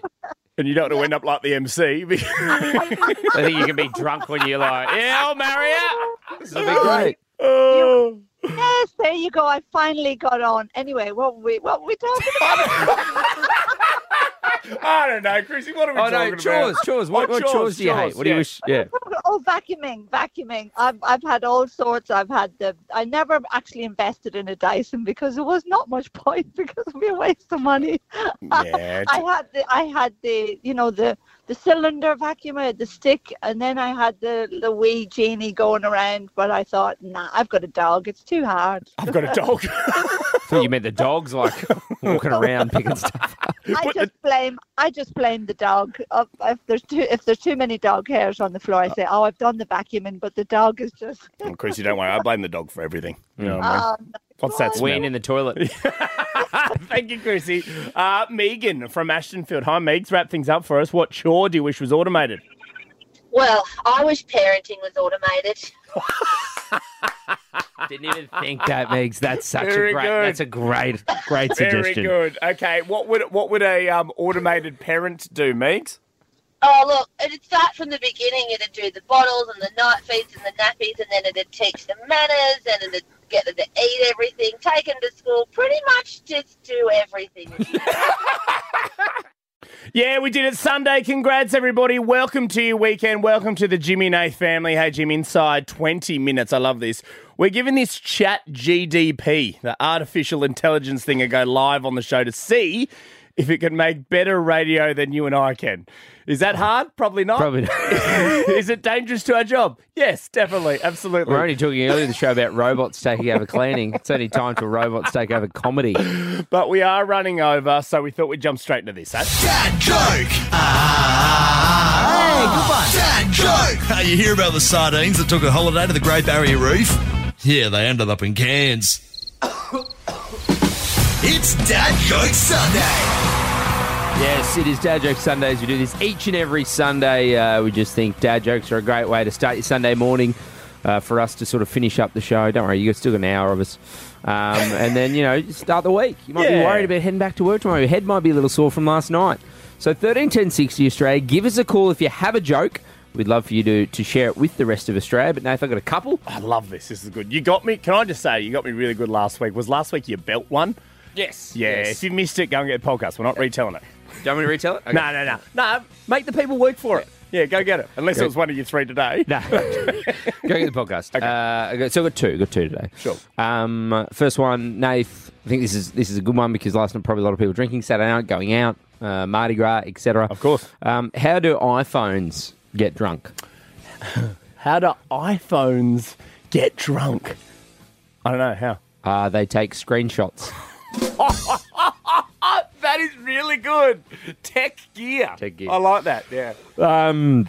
Speaker 1: and you don't want to end up like the MC.
Speaker 2: I think you can be drunk when you're like, yeah, I'll marry you. This will be great.
Speaker 1: oh.
Speaker 6: yes, there you go. I finally got on. Anyway, what were we what were we talking about?
Speaker 1: I don't know, Chrissy. What are we
Speaker 2: Oh
Speaker 1: talking
Speaker 2: no,
Speaker 1: about?
Speaker 2: chores, chores. What,
Speaker 1: Oh,
Speaker 2: what chores, do you hate?
Speaker 1: chores,
Speaker 2: What do you
Speaker 1: yeah.
Speaker 2: wish? Yeah.
Speaker 6: Oh, vacuuming, vacuuming. I've I've had all sorts. I've had the. I never actually invested in a Dyson because it was not much point because it'd be a waste of money.
Speaker 1: Yeah,
Speaker 6: I had the I had the you know the the cylinder vacuum, I had the stick, and then I had the the wee genie going around. But I thought, nah, I've got a dog. It's too hard.
Speaker 1: I've got a dog.
Speaker 2: thought you meant the dogs like walking around picking stuff.
Speaker 6: I
Speaker 1: But the-
Speaker 6: just blame I just blame the dog. Uh, If there's too if there's too many dog hairs on the floor, I say, oh, I've done the vacuuming, but the dog is just.
Speaker 1: Oh, Chrissy, don't worry. I blame the dog for everything. You know what I mean?
Speaker 6: Um,
Speaker 1: What's that smell?
Speaker 2: Ween in the toilet.
Speaker 1: Thank you, Chrissy. Uh, Megan from Ashtonfield. Hi, Megs. Wrap things up for us. What chore do you wish was automated?
Speaker 7: Well, I wish parenting was automated.
Speaker 2: Didn't even think that, Megs. That's such
Speaker 1: Very
Speaker 2: a great.
Speaker 1: good.
Speaker 2: That's a great, great
Speaker 1: Very
Speaker 2: suggestion.
Speaker 1: good. Okay, what would what would a um, automated parent do, Megs?
Speaker 7: Oh, look, it'd start from the beginning. It'd do the bottles and the night feeds and the nappies, and then it'd teach them manners, and it'd get them to eat everything, take them to school, pretty much just do everything.
Speaker 1: Yeah, we did it Sunday. Congrats, everybody. Welcome to your weekend. Welcome to the Jimmy and Nath family. Hey, Jim, inside 20 minutes. I love this. We're giving this chat GDP, the artificial intelligence thing, a go live on the show to see if it can make better radio than you and I can. Is that hard? Probably not.
Speaker 2: Probably.
Speaker 1: Is it dangerous to our job? Yes, definitely. Absolutely.
Speaker 2: We're only talking earlier in the show about robots taking over cleaning. It's only time till robots take over comedy.
Speaker 1: But we are running over, so we thought we'd jump straight into this. Eh?
Speaker 8: Dad joke. Ah, hey, good one. ah, Dad joke. Hey, you hear about the sardines that took a holiday to the Great Barrier Reef? Yeah, they ended up in cans. it's Dad Joke Sunday.
Speaker 2: Yes, it is Dad Joke Sundays. We do this each and every Sunday. Uh, we just think dad jokes are a great way to start your Sunday morning uh, for us to sort of finish up the show. Don't worry, you've still got an hour of us. Um, and then, you know, just start the week. You might
Speaker 1: Yeah.
Speaker 2: be worried about heading back to work tomorrow. Your head might be a little sore from last night. So 13 10 60 Australia, give us a call if you have a joke. We'd love for you to, to share it with the rest of Australia. But Nath, I've got a couple.
Speaker 1: I love this. This is good. You got me. Can I just say, you got me really good last week. Was last week your belt one?
Speaker 2: Yes.
Speaker 1: Yeah. If you missed it, go and get the podcast. We're not retelling it.
Speaker 2: Do you want me to retell it? Okay.
Speaker 1: No, no, no. No, make the people work for it. Yeah, go get it. Unless it was one of you three today.
Speaker 2: No. Go get the podcast. Uh, okay, so I've got two. Got two today.
Speaker 1: Sure.
Speaker 2: Um, first one, Nath. I think this is this is a good one because last night probably a lot of people drinking Saturday night, going out, uh, Mardi Gras, etc.
Speaker 1: Of course.
Speaker 2: Um, how do iPhones get drunk?
Speaker 1: How do iPhones get drunk? I don't know how.
Speaker 2: Uh, they take screenshots.
Speaker 1: That is really good. Tech gear.
Speaker 2: Tech gear.
Speaker 1: I like that. Yeah.
Speaker 2: Um,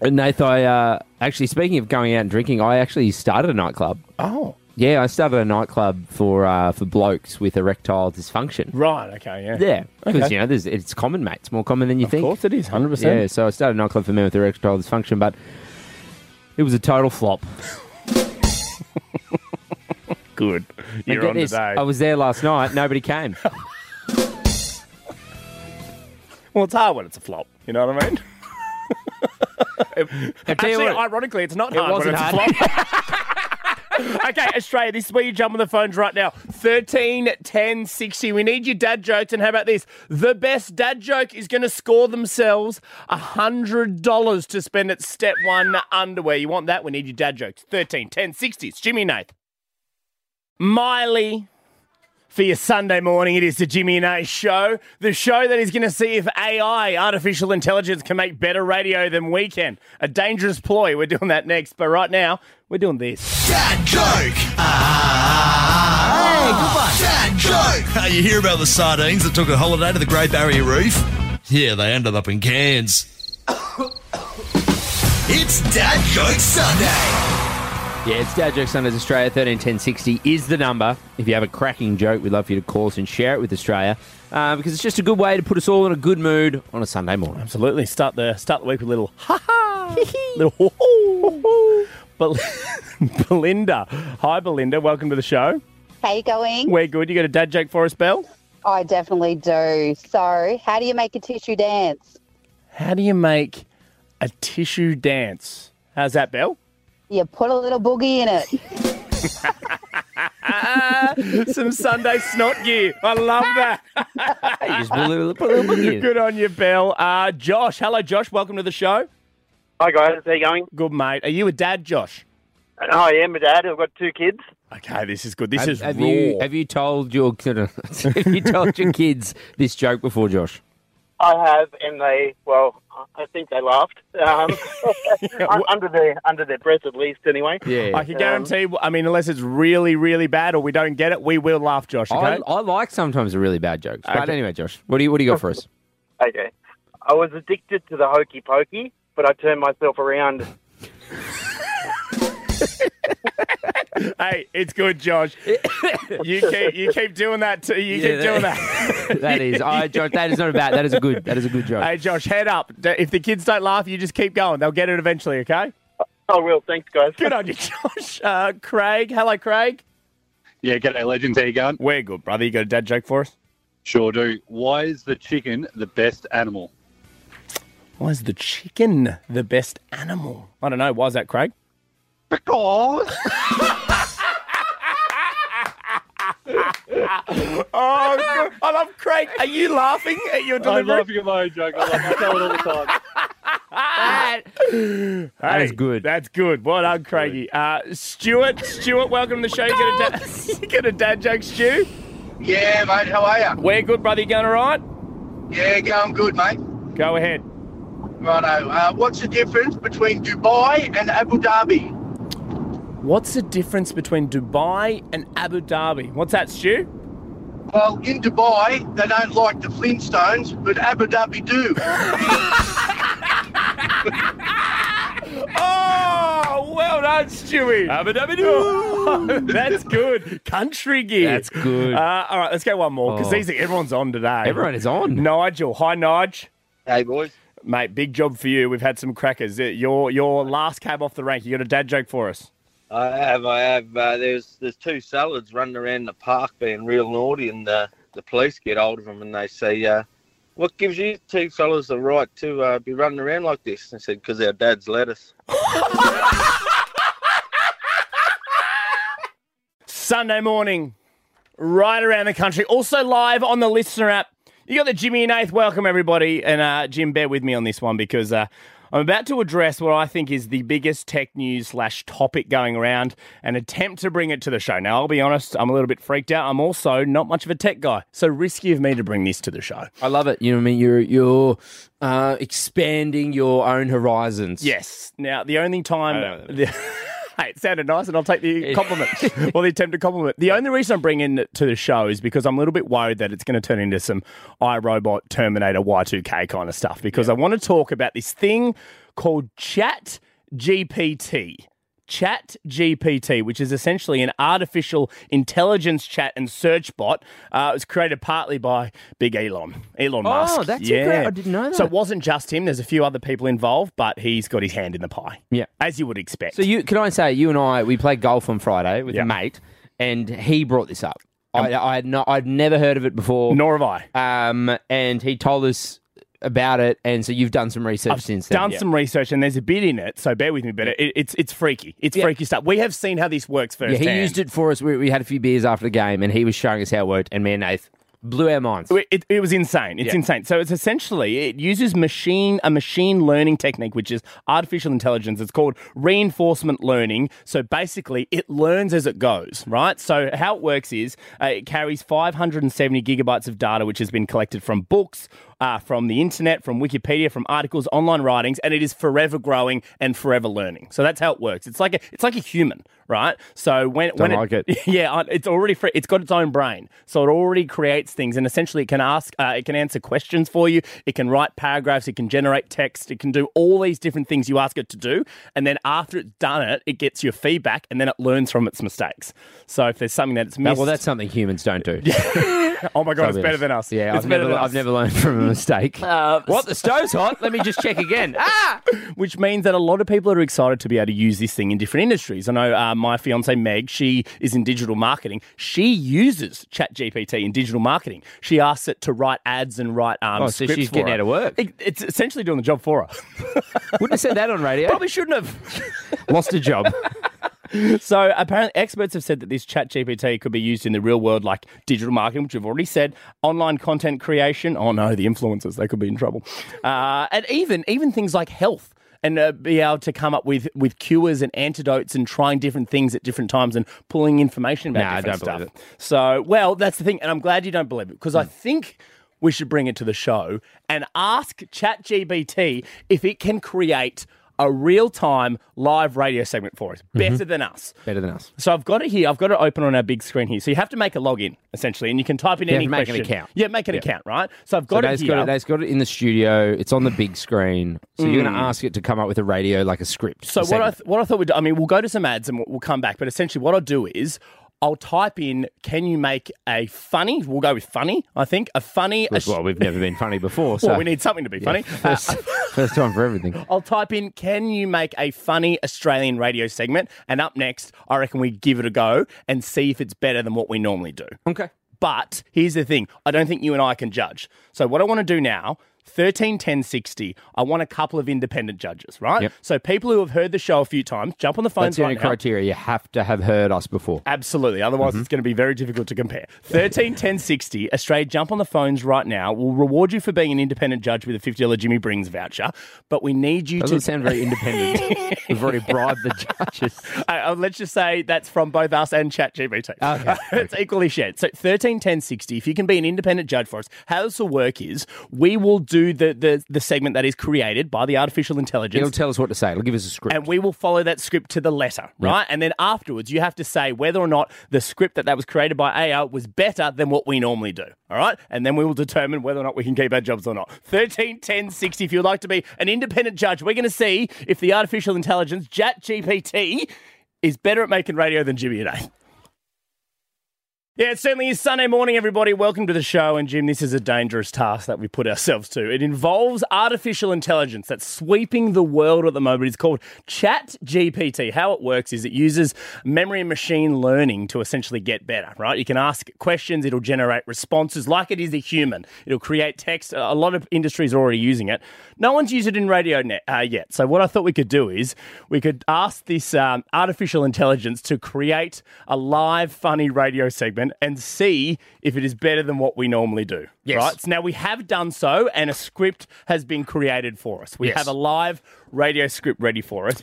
Speaker 2: and Nath, I uh, actually speaking of going out and drinking, I actually started a nightclub.
Speaker 1: Oh.
Speaker 2: Yeah, I started a nightclub for uh, for blokes with erectile dysfunction.
Speaker 1: Right. Okay. Yeah.
Speaker 2: Yeah, because
Speaker 1: Okay.
Speaker 2: you know, there's, it's common, mate. It's more common than you
Speaker 1: Of
Speaker 2: think.
Speaker 1: course it is. Hundred
Speaker 2: Yeah,
Speaker 1: percent.
Speaker 2: so I started a nightclub for men with erectile dysfunction, but it was a total flop.
Speaker 1: Good.
Speaker 2: And
Speaker 1: You're
Speaker 2: get
Speaker 1: on
Speaker 2: this,
Speaker 1: today.
Speaker 2: I was there last night. Nobody came.
Speaker 1: Well, it's hard when it's a flop. You know what I mean?
Speaker 2: I tell you
Speaker 1: Actually,
Speaker 2: what,
Speaker 1: ironically, it's not
Speaker 2: it
Speaker 1: hard when
Speaker 2: wasn't
Speaker 1: it's
Speaker 2: hard.
Speaker 1: a flop. okay, Australia, this is where you jump on the phones right now. 13 10 60. We need your dad jokes. And how about this? The best dad joke is going to score themselves $100 to spend at step one underwear. You want that? We need your dad jokes. 13 10 60. It's Jimmy and Nath. Miley for your Sunday morning. It is the Jimmy and A show, the show that is going to see if AI, artificial intelligence, can make better radio than we can. A dangerous ploy. We're doing that next, but right now we're doing this.
Speaker 8: Dad joke. Ah, hey, good one. Dad joke. Hey, you hear about the sardines that took a holiday to the Great Barrier Reef? Yeah, they ended up in cans. it's Dad Joke Sunday.
Speaker 2: yeah, it's Dad Joke Sundays Australia. Thirteen ten sixty is the number. If you have a cracking joke, we'd love for you to call us and share it with Australia uh, because it's just a good way to put us all in a good mood on a Sunday morning.
Speaker 1: Absolutely. Start the start the week with a little ha ha, little ho ho. Bel- Belinda, hi Belinda, welcome to the show.
Speaker 9: How you going?
Speaker 1: We're good. You got a dad joke for us, Belle?
Speaker 9: I definitely do. So, how do you make a tissue dance?
Speaker 1: How do you make a tissue dance? How's that, Belle?
Speaker 9: You put a little boogie in it.
Speaker 1: Some Sunday snot gear. I love that.
Speaker 2: you just put a little, put a little book in.
Speaker 1: Good on you, Bell. Uh, Josh, hello, Josh. Welcome to the show.
Speaker 10: Hi guys, how you going?
Speaker 1: Good, mate. Are you a dad, Josh?
Speaker 10: And I am a dad. I've got two kids.
Speaker 1: Okay, this is good. This
Speaker 2: have,
Speaker 1: is
Speaker 2: have
Speaker 1: raw.
Speaker 2: you have you told your have you told your kids this joke before, Josh?
Speaker 10: I have, and they well, I think they laughed um, un- under their under their breath at least. Anyway,
Speaker 2: Yeah.
Speaker 1: I can guarantee. I mean, unless it's really, really bad or we don't get it, we will laugh, Josh.
Speaker 2: I,
Speaker 1: Okay.
Speaker 2: I like sometimes the really bad jokes. But
Speaker 1: Okay.
Speaker 2: anyway, Josh, what do you what do you got for us?
Speaker 10: okay. I was addicted to the hokey pokey, but I turned myself around.
Speaker 1: hey, it's good, Josh. you keep you keep doing that. Too. You
Speaker 2: Yeah,
Speaker 1: keep
Speaker 2: that-
Speaker 1: doing that.
Speaker 2: That is, I Josh, that is not a bad. That is a good. That is a good joke.
Speaker 1: hey, Josh, head up. D- If the kids don't laugh, you just keep going. They'll get it eventually. Okay.
Speaker 10: Oh, real thanks, guys.
Speaker 1: Good on you, Josh. Uh, Craig, hello, Craig.
Speaker 11: Yeah, g'day, legends. How you going?
Speaker 1: We're good, brother. You got a dad joke for us?
Speaker 11: Sure do. Why is the chicken the best animal?
Speaker 1: Why is the chicken the best animal? I don't know. Why is that, Craig?
Speaker 11: Because
Speaker 1: Oh, good. I love Craig. Are you laughing at your
Speaker 11: I
Speaker 1: delivery?
Speaker 11: love your moan joke. I, love, I tell it all the time.
Speaker 1: That
Speaker 2: is good.
Speaker 1: That's good. Well done, Craigie. Uh, Stuart, Stuart, welcome to the show. You got a dad, you got a dad joke, Stu?
Speaker 12: Yeah, mate, how are you?
Speaker 1: We're good, brother. You going all right?
Speaker 12: Yeah, going good, mate.
Speaker 1: Go ahead.
Speaker 12: Righto. Uh, what's the difference between Dubai and Abu Dhabi?
Speaker 1: What's the difference between Dubai and Abu Dhabi? What's that, Stu?
Speaker 12: Well, in Dubai, they don't like the Flintstones, but Abu Dhabi do.
Speaker 1: Oh, well done, Stewie. Abu Dhabi. That's good. Country gear.
Speaker 2: That's good.
Speaker 1: Uh, all right, let's go one more because
Speaker 2: Oh.
Speaker 1: these are, everyone's on today.
Speaker 2: Everyone is on.
Speaker 1: Nigel, hi, Nige.
Speaker 12: Hey, boys.
Speaker 1: Mate, big job for you. We've had some crackers. Uh, Your your last cab off the rank. You got a dad joke for us?
Speaker 12: I have, I have. Uh, there's there's two salads running around the park being real naughty, and uh, the police get hold of them and they say, uh, "What gives you two fellas the right to uh, be running around like this?" And I said, "Because our dads let us."
Speaker 1: Sunday morning, right around the country. Also live on the listener app. You got the Jimmy and Nath. Welcome everybody, and uh, Jim, bear with me on this one because uh, I'm about to address what I think is the biggest tech news slash topic going around, and attempt to bring it to the show. Now, I'll be honest, I'm a little bit freaked out. I'm also not much of a tech guy, so risky of me to bring this to the show.
Speaker 2: I love it. You know what I mean? You're you're uh, expanding your own horizons.
Speaker 1: Yes. Now, the only
Speaker 2: I
Speaker 1: time.
Speaker 2: don't know.
Speaker 1: The, hey, it sounded nice, and I'll take the compliment or the attempted compliment. The only reason I'm bringing it to the show is because I'm a little bit worried that it's going to turn into some iRobot, Terminator, Y2K kind of stuff because I want to talk about this thing called Chat GPT. Chat GPT, which is essentially an artificial intelligence chat and search bot. Uh, it was created partly by Big Elon, Elon Musk.
Speaker 2: Oh, that's a
Speaker 1: yeah.
Speaker 2: great- I didn't know
Speaker 1: So
Speaker 2: that.
Speaker 1: it wasn't just him. There's a few other people involved, but he's got his hand in the pie.
Speaker 2: Yeah.
Speaker 1: As you would expect.
Speaker 2: So you can I say you and I we played golf on Friday with
Speaker 1: Yeah. Um,
Speaker 2: a mate, and he brought this up. I, I had not I'd never heard of it before.
Speaker 1: Nor have I.
Speaker 2: Um, and he told us about it, and so you've done some research since then.
Speaker 1: Done
Speaker 2: Yeah.
Speaker 1: some research and there's a bit in it, so bear with me, but it, it's it's freaky. It's
Speaker 2: Yeah.
Speaker 1: freaky stuff. We have seen how this works
Speaker 2: Yeah,
Speaker 1: firsthand.
Speaker 2: he used it for us. We, we had a few beers after the game, and he was showing us how it worked. And me and Nath blew our minds.
Speaker 1: It, it, it was insane. It's
Speaker 2: Yeah.
Speaker 1: insane. So it's essentially it uses machine a machine learning technique, which is artificial intelligence. It's called reinforcement learning. So basically, it learns as it goes, right? So how it works is uh, it carries 570 gigabytes of data, which has been collected from books. Uh, from the internet, from Wikipedia, from articles, online writings, and it is forever growing and forever learning. So that's how it works. It's like a, it's like a human, right? So when when
Speaker 2: like it.
Speaker 1: yeah, I- it's already free. It's got its own brain, so it already creates things, and essentially it can ask, uh, it can answer questions for you, it can write paragraphs, it can generate text, it can do all these different things you ask it to do, and then after it's done it, it gets your feedback, and then it learns from its mistakes. So if there's something that it's
Speaker 2: Now,
Speaker 1: missed,
Speaker 2: well, that's something humans don't do.
Speaker 1: oh my god, it's better than us.
Speaker 2: Yeah,
Speaker 1: it's
Speaker 2: I've
Speaker 1: better than
Speaker 2: never,
Speaker 1: us. Uh,
Speaker 2: I've never learned from a mistake. what the stove's hot? Let me just check again. Ah,
Speaker 1: which means that a lot of people are excited to be able to use this thing in different industries. I know uh, my fiance Meg, she is in digital marketing. She uses ChatGPT in digital marketing. She asks it to write ads and write um,
Speaker 2: Oh, so
Speaker 1: scripts
Speaker 2: she's
Speaker 1: for
Speaker 2: getting
Speaker 1: her.
Speaker 2: out of work.
Speaker 1: It- it's essentially doing the job for her.
Speaker 2: wouldn't have said that on radio.
Speaker 1: Probably shouldn't have.
Speaker 2: Lost a job.
Speaker 1: so apparently experts have said that this chat gpt could be used in the real world like digital marketing which we've already said online content creation oh no the influencers they could be in trouble uh, and even even things like health and uh, be able to come up with, with cures and antidotes and trying different things at different times and pulling information about
Speaker 2: Nah, I
Speaker 1: different
Speaker 2: don't believe
Speaker 1: stuff. So, well, that's the thing, and I'm glad you don't believe it
Speaker 2: Hmm.
Speaker 1: because I think we should bring it to the show and ask ChatGBT if it can create a real time live radio segment for us, better than us.
Speaker 2: Mm-hmm. Better than us.
Speaker 1: So I've got it here. I've got it open on our big screen here. So you have to make a login essentially, and you can type in
Speaker 2: You have
Speaker 1: any
Speaker 2: to make an
Speaker 1: question.
Speaker 2: account.
Speaker 1: Yeah, make an
Speaker 2: Yeah.
Speaker 1: account, right? So I've
Speaker 2: So
Speaker 1: got it
Speaker 2: they've
Speaker 1: here.
Speaker 2: got it, they've got it in the studio. It's on the big screen. So you're going
Speaker 1: Mm.
Speaker 2: to ask it to come up with a radio, like a script.
Speaker 1: So
Speaker 2: a
Speaker 1: what I
Speaker 2: segment.
Speaker 1: th- what I thought we'd do, I mean, we'll go to some ads and we'll, we'll come back. But essentially, what I'll do is I'll type in, "Can you make a funny?" We'll go with funny. I think a funny. A
Speaker 2: Which, well, we've never been funny before. So
Speaker 1: Well, we need something to be funny. Uh,
Speaker 2: First, first time for everything.
Speaker 1: I'll type in, "Can you make a funny Australian radio segment?" And up next, I reckon we give it a go and see if it's better than what we normally do.
Speaker 2: Okay.
Speaker 1: But here's the thing: I don't think you and I can judge. So what I want to do now. 13 10 60 i want a couple of independent judges right
Speaker 2: Yep.
Speaker 1: so people who have heard the show a few times jump on the phones
Speaker 2: That's the
Speaker 1: right
Speaker 2: only
Speaker 1: now.
Speaker 2: criteria. You have to have heard us before.
Speaker 1: Absolutely. Otherwise,
Speaker 2: Mm-hmm.
Speaker 1: it's going to be very difficult to compare. 13 10 60. Australia, jump on the phones right now. We'll reward you for being an independent judge with a $50 Jimmy Brings voucher, but we need you
Speaker 2: Doesn't
Speaker 1: to.
Speaker 2: sound very independent. We've already bribed the judges.
Speaker 1: Uh, let's just say that's from both us and ChatGPT.
Speaker 2: Okay.
Speaker 1: it's equally shared. So 13 10 60. If you can be an independent judge for us, how this will work is we will do the, the, the segment that is created by the artificial intelligence.
Speaker 2: It'll tell us what to say. It'll give us a script.
Speaker 1: And we will follow that script to the letter, right? And then afterwards, you have to say whether or not the script that, that was created by AI was better than what we normally do, all right? And then we will determine whether or not we can keep our jobs or not. 13, 10, 60, if you'd like to be an independent judge, we're going to see if the artificial intelligence, ChatGPT, is better at making radio than Jimmy today. Yeah, it certainly is Sunday morning, everybody. Welcome to the show. And Jim, this is a dangerous task that we put ourselves to. It involves artificial intelligence that's sweeping the world at the moment. It's called Chat GPT. How it works is it uses memory and machine learning to essentially get better, right? You can ask it questions, it'll generate responses like it is a human. It'll create text. A a lot of industries are already using it. No one's used it in radio net, uh, yet. So, what I thought we could do is we could ask this um, artificial intelligence to create a live, funny radio segment and see if it is better than what we normally do.
Speaker 2: Yes.
Speaker 1: Right? So now, we have done so, and a script has been created for us. We
Speaker 2: Yes.
Speaker 1: have a live radio script ready for us.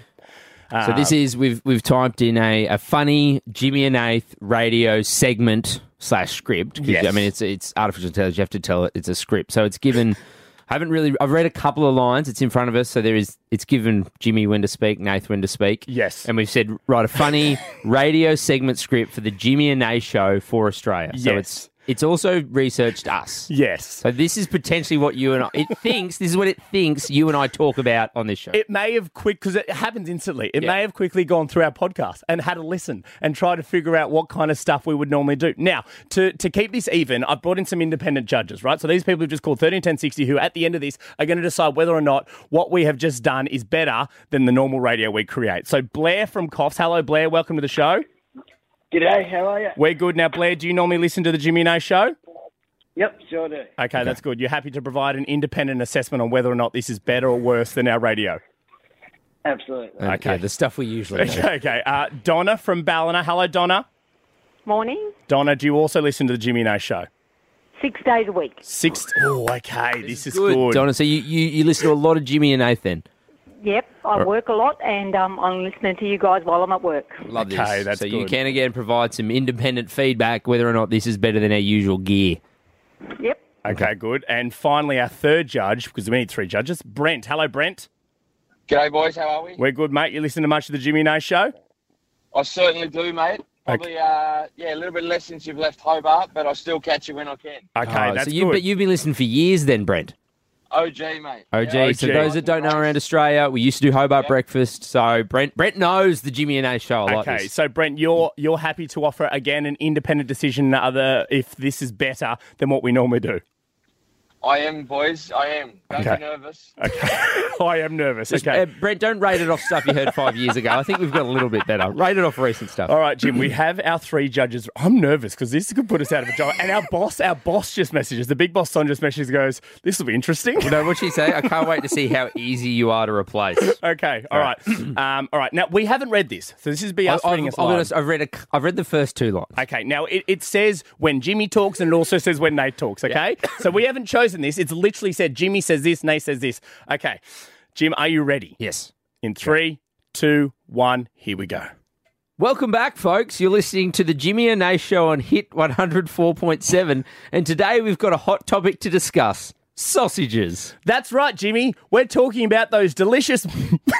Speaker 2: So this
Speaker 1: Um,
Speaker 2: is we've we've typed in a, a funny Jimmy and Nath radio segment slash script. 'cause,
Speaker 1: Yes.
Speaker 2: I mean it's it's artificial intelligence. You have to tell it it's a script. So it's given. I haven't really. I've read a couple of lines. It's in front of us. So there is. It's given Jimmy when to speak, Nath when to speak.
Speaker 1: Yes.
Speaker 2: And we've said write a funny radio segment script for the Jimmy and Nath show for Australia. So it's it's also researched us.
Speaker 1: Yes. So
Speaker 2: this is potentially what you and I, it thinks. This is what it thinks you and I talk about on this show.
Speaker 1: It may have quick because it happens instantly. It may have quickly gone through our podcast and had a listen and tried to figure out what kind of stuff we would normally do. Now, to to keep this even, I've brought in some independent judges, right? So these people have just called thirteen ten sixty, who at the end of this are going to decide whether or not what we have just done is better than the normal radio we create. So Blair from Coffs, hello Blair, welcome to the show.
Speaker 13: G'day, how are you?
Speaker 1: We're good now, Blair. Do you normally listen to the Jimmy and A show?
Speaker 13: Yep, sure do.
Speaker 1: Okay, that's good. You're happy to provide an independent assessment on whether or not this is better or worse than our radio.
Speaker 13: Absolutely.
Speaker 2: Okay. the stuff we usually. do.
Speaker 1: Okay, okay. Uh, Donna from Ballina. Hello, Donna.
Speaker 14: Morning,
Speaker 1: Donna, do you also listen to the Jimmy and A show?
Speaker 14: six days a week.
Speaker 1: Six. Oh, okay. This, is
Speaker 2: Good,
Speaker 1: good.
Speaker 2: Donna. So you, you, you listen to a lot of Jimmy and Nathan.
Speaker 14: Yep, I
Speaker 2: Alright.
Speaker 14: work a lot, and um, I'm listening to you guys while I'm at work.
Speaker 2: Love this.
Speaker 1: Okay, that's
Speaker 2: so you
Speaker 1: good.
Speaker 2: can again provide some independent feedback whether or not this is better than our usual gear.
Speaker 14: Yep.
Speaker 1: Okay, good. And finally, our third judge, because we need three judges, Brent. Hello, Brent.
Speaker 15: G'day, boys. How are we?
Speaker 1: We're good, mate. You listen to much of the Jimmy and A show?
Speaker 15: I certainly do, mate. Probably, uh, yeah, a little bit less since you've left Hobart, but I still catch you when I can.
Speaker 2: Oh, so you, But you've been listening for years then, Brent.
Speaker 15: OG, mate.
Speaker 2: OG.
Speaker 15: Yeah,
Speaker 2: So those that don't know around Australia, we used to do Hobart breakfast. So Brent Brent knows the Jimmy and A show. I like
Speaker 1: okay,
Speaker 2: this.
Speaker 1: so Brent, you're you're happy to offer uh, again an independent decision, other if this is better than what we normally do.
Speaker 15: I am, boys. I am. Don't
Speaker 1: Okay.
Speaker 15: be nervous.
Speaker 1: I am nervous.
Speaker 2: Just,
Speaker 1: Okay.
Speaker 2: uh, Brent, don't rate it off stuff you heard five years ago. I think we've got a little bit better. Rate it off recent stuff.
Speaker 1: All right, Jim, we have our three judges. I'm nervous because this could put us out of a job. And our boss, our boss just messages, the big boss son just messages goes, this will be interesting.
Speaker 2: You know what she say? I can't wait to see how easy you are to replace.
Speaker 1: Okay, all right. Um, all right, now we haven't read this. So this is be
Speaker 2: I-
Speaker 1: us
Speaker 2: I've-
Speaker 1: reading us
Speaker 2: I'll be
Speaker 1: live.
Speaker 2: honest, I've read a, I've read the first two lines.
Speaker 1: Okay, now it, it says when Jimmy talks and it also says when Nate talks, okay? so we haven't chosen this. It's literally said Jimmy says this, Nate says this. Okay, Jim, are you ready?
Speaker 2: Yes.
Speaker 1: In three, two, one, here we go.
Speaker 2: Welcome back, folks. You're listening to the Jimmy and Nash Show on Hit 104.7, and today we've got a hot topic to discuss: sausages.
Speaker 1: That's right, Jimmy. We're talking about those delicious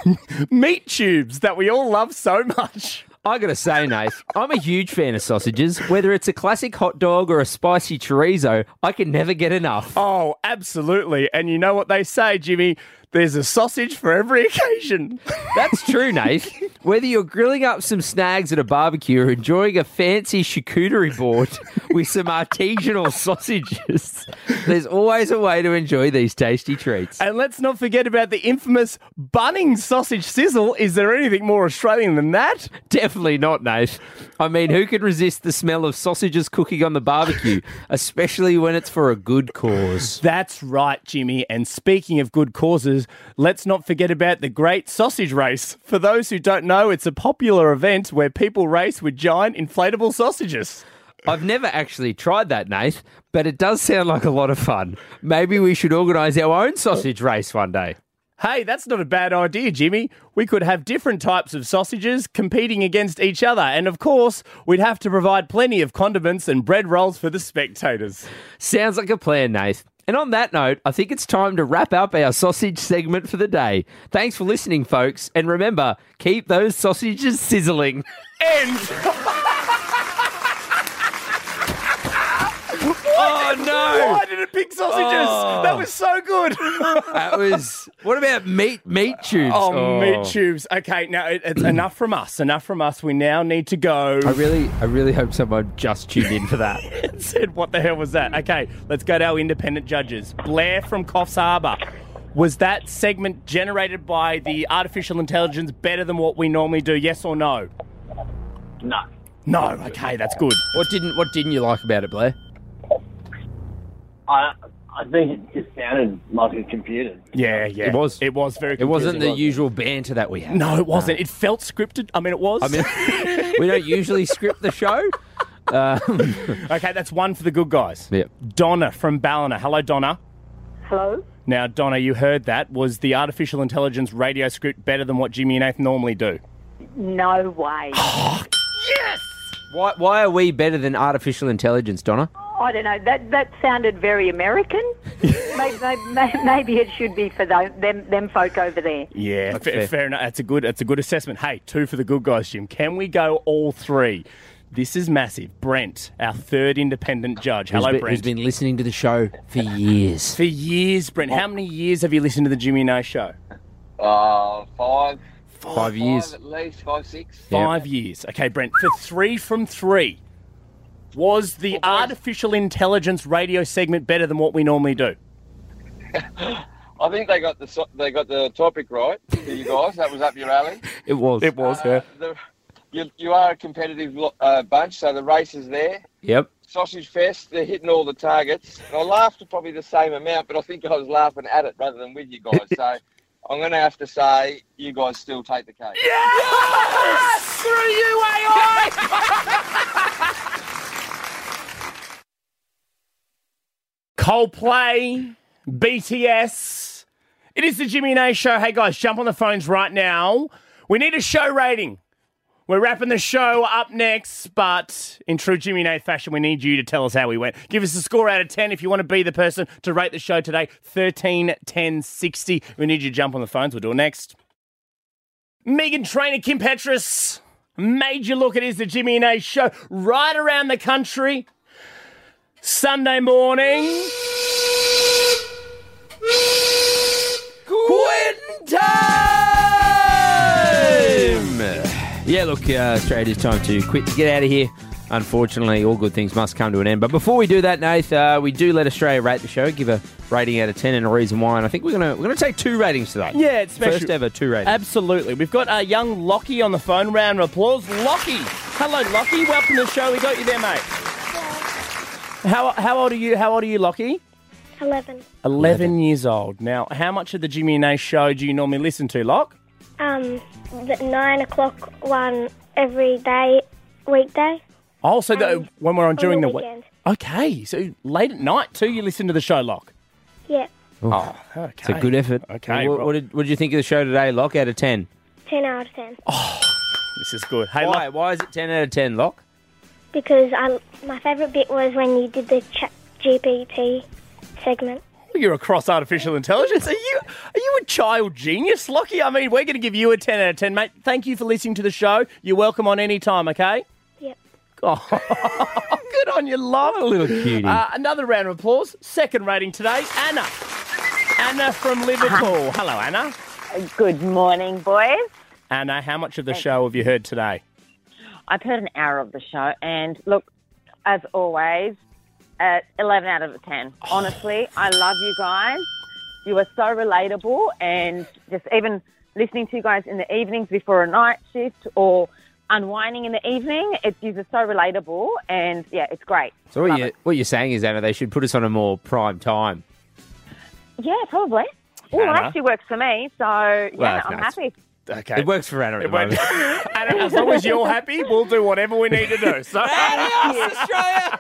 Speaker 1: meat tubes that we all love so much.
Speaker 2: I gotta say, Nate, I'm a huge fan of sausages. Whether it's a classic hot dog or a spicy chorizo, I can never get enough.
Speaker 1: Oh, absolutely. And you know what they say, Jimmy? There's a sausage for every occasion.
Speaker 2: That's true, Nate. Whether you're grilling up some snags at a barbecue or enjoying a fancy charcuterie board with some artisanal sausages, there's always a way to enjoy these tasty treats.
Speaker 1: And let's not forget about the infamous Bunnings sausage sizzle. Is there anything more Australian than that?
Speaker 2: Definitely not, Nate. I mean, who could resist the smell of sausages cooking on the barbecue, especially when it's for a good cause?
Speaker 1: That's right, Jimmy. And speaking of good causes, let's not forget about the Great Sausage Race. For those who don't know, it's a popular event where people race with giant inflatable sausages.
Speaker 2: I've never actually tried that, Nate, but it does sound like a lot of fun. Maybe we should organise our own sausage race one day.
Speaker 1: Hey, that's not a bad idea, Jimmy. We could have different types of sausages competing against each other. And of course, we'd have to provide plenty of condiments and bread rolls for the spectators.
Speaker 2: Sounds like a plan, Nate. And on that note, I think it's time to wrap up our sausage segment for the day. Thanks for listening, folks. And remember, keep those sausages sizzling.
Speaker 1: End.
Speaker 2: Oh, no.
Speaker 1: Why did it pick sausages?
Speaker 2: Oh.
Speaker 1: That was so good.
Speaker 2: That was. What about meat meat tubes?
Speaker 1: Oh, meat tubes. Okay, now it, it's enough from us. Enough from us. We now need to go.
Speaker 2: I really, I really hope someone just tuned in for that.
Speaker 1: It said, "What the hell was that?" Okay, let's go to our independent judges. Blair from Coffs Harbour. Was that segment generated by the artificial intelligence better than what we normally do? Yes or no?
Speaker 16: No.
Speaker 1: No. Okay, that's good.
Speaker 2: What didn't What didn't you like about it, Blair?
Speaker 17: I I think it just sounded like a computer.
Speaker 1: Yeah, yeah.
Speaker 2: It was.
Speaker 1: It was very.
Speaker 2: It wasn't the
Speaker 1: confusing.
Speaker 2: usual banter that we had.
Speaker 1: No, it wasn't. It felt scripted. I mean, it was.
Speaker 2: I mean, we don't usually script the show. Um,
Speaker 1: okay, that's one for the good guys.
Speaker 2: Yep.
Speaker 1: Donna from Ballina. Hello, Donna.
Speaker 4: Hello?
Speaker 1: Now, Donna, you heard that. Was the artificial intelligence radio script better than what Jimmy and Nath normally do?
Speaker 4: No way.
Speaker 2: why Why are we better than artificial intelligence, Donna?
Speaker 4: I don't know. That that sounded very American. maybe, maybe, maybe it should be for tho- them them folk over there.
Speaker 1: Yeah, fa-
Speaker 2: fair.
Speaker 1: fair. enough. That's a good. That's a good assessment. Hey, two for the good guys, Jim. Can we go all three? This is massive. Brent, our third independent judge. Hello,
Speaker 2: who's been,
Speaker 1: Brent.
Speaker 2: Who's been listening to the show for years?
Speaker 1: For years, Brent.
Speaker 2: Oh.
Speaker 1: How many years have you listened to the Jimmy and I show?
Speaker 15: Uh, five,
Speaker 2: Five years.
Speaker 15: at least five, six.
Speaker 1: Five years. Okay, Brent. For three from three, was the
Speaker 2: Oh,
Speaker 1: artificial intelligence radio segment better than what we normally do?
Speaker 15: I think they got the so- they got the topic right for you guys. That was up your alley.
Speaker 2: It was.
Speaker 1: It was. Yeah.
Speaker 15: The, you, you are a competitive lo- uh, bunch, so the race is there.
Speaker 2: Yep.
Speaker 15: Sausage Fest, they're hitting all the targets. And I laughed at probably the same amount, but I think I was laughing at it rather than with you guys. So I'm going to have to say you guys still take the cake.
Speaker 1: Through you, AI! Coldplay, BTS. It is the Jimmy and A show. Hey guys, jump on the phones right now. We need a show rating. We're wrapping the show up next, but in true Jimmy and A fashion, we need you to tell us how we went. Give us a score out of 10 if you want to be the person to rate the show today 13, 10, 60. We need you to jump on the phones. We'll do it next. Megan Trainer, Kim Petras, major look. It is the Jimmy and A show right around the country. Sunday morning.
Speaker 2: Quinn Yeah, look, uh, Australia's time to quit, get out of here. Unfortunately, all good things must come to an end. But before we do that, Nath, uh, we do let Australia rate the show, give a rating out of ten and a reason why. And I think we're gonna we're gonna take two ratings today.
Speaker 1: Yeah, it's special.
Speaker 2: first ever two ratings.
Speaker 1: Absolutely. We've got uh, young Lockie on the phone. Round of applause. Lockie. Hello, Lockie. Welcome to the show. We got you there, mate. How, how old are you? How old are you, Lockie?
Speaker 15: 11.
Speaker 1: 11, years old. Now, how much of the Jimmy and Nash show do you normally listen to, Lock?
Speaker 15: Um, the 9 o'clock one every day, weekday.
Speaker 1: Oh, so the, when we're on
Speaker 15: Um, the
Speaker 1: during the week.
Speaker 15: weekend.
Speaker 1: Okay, so late at night too, you listen to the show, Lock.
Speaker 15: Yeah,
Speaker 1: Oh, okay.
Speaker 2: It's a good effort.
Speaker 1: Okay,
Speaker 2: What, what did, what did you think of the show today, Lock? Out of ten.
Speaker 15: 10 out of 10.
Speaker 1: This is good. Hey,
Speaker 2: why? Why is it ten out of ten, Lock?
Speaker 15: Because I, my favourite bit was when you did the chat GPT segment.
Speaker 1: You're across artificial intelligence. Are you are you a child genius, Lockie? I mean, we're going to give you a 10 out of 10, mate. Thank you for listening to the show. You're welcome on any time, okay?
Speaker 15: Yep.
Speaker 1: Oh, good on you, love. A
Speaker 2: little cutie.
Speaker 1: Uh, another round of applause. Second rating today, Anna. Anna from
Speaker 2: Uh-huh.
Speaker 1: Liverpool. Hello, Anna.
Speaker 4: Good morning, boys.
Speaker 1: Anna, how much of the show have you heard today?
Speaker 4: I've heard an hour of the show, and look, as always, uh, 11 out of 10. Honestly, I love you guys. You are so relatable, and just even listening to you guys in the evenings before a night shift or unwinding in the evening, it's you're just so relatable, and yeah, it's great.
Speaker 2: So what you what you're saying is, Anna, they should put us on a more prime time.
Speaker 4: Yeah, probably. Oh,
Speaker 2: Anna?
Speaker 4: actually works for me, so yeah,
Speaker 2: Well,
Speaker 4: I'm
Speaker 2: no, it's-
Speaker 4: happy.
Speaker 1: Okay.
Speaker 2: It works for Anna. At the moment.
Speaker 1: Anna, as long as you're happy, we'll do whatever we need to do. So,
Speaker 2: Anna, Australia.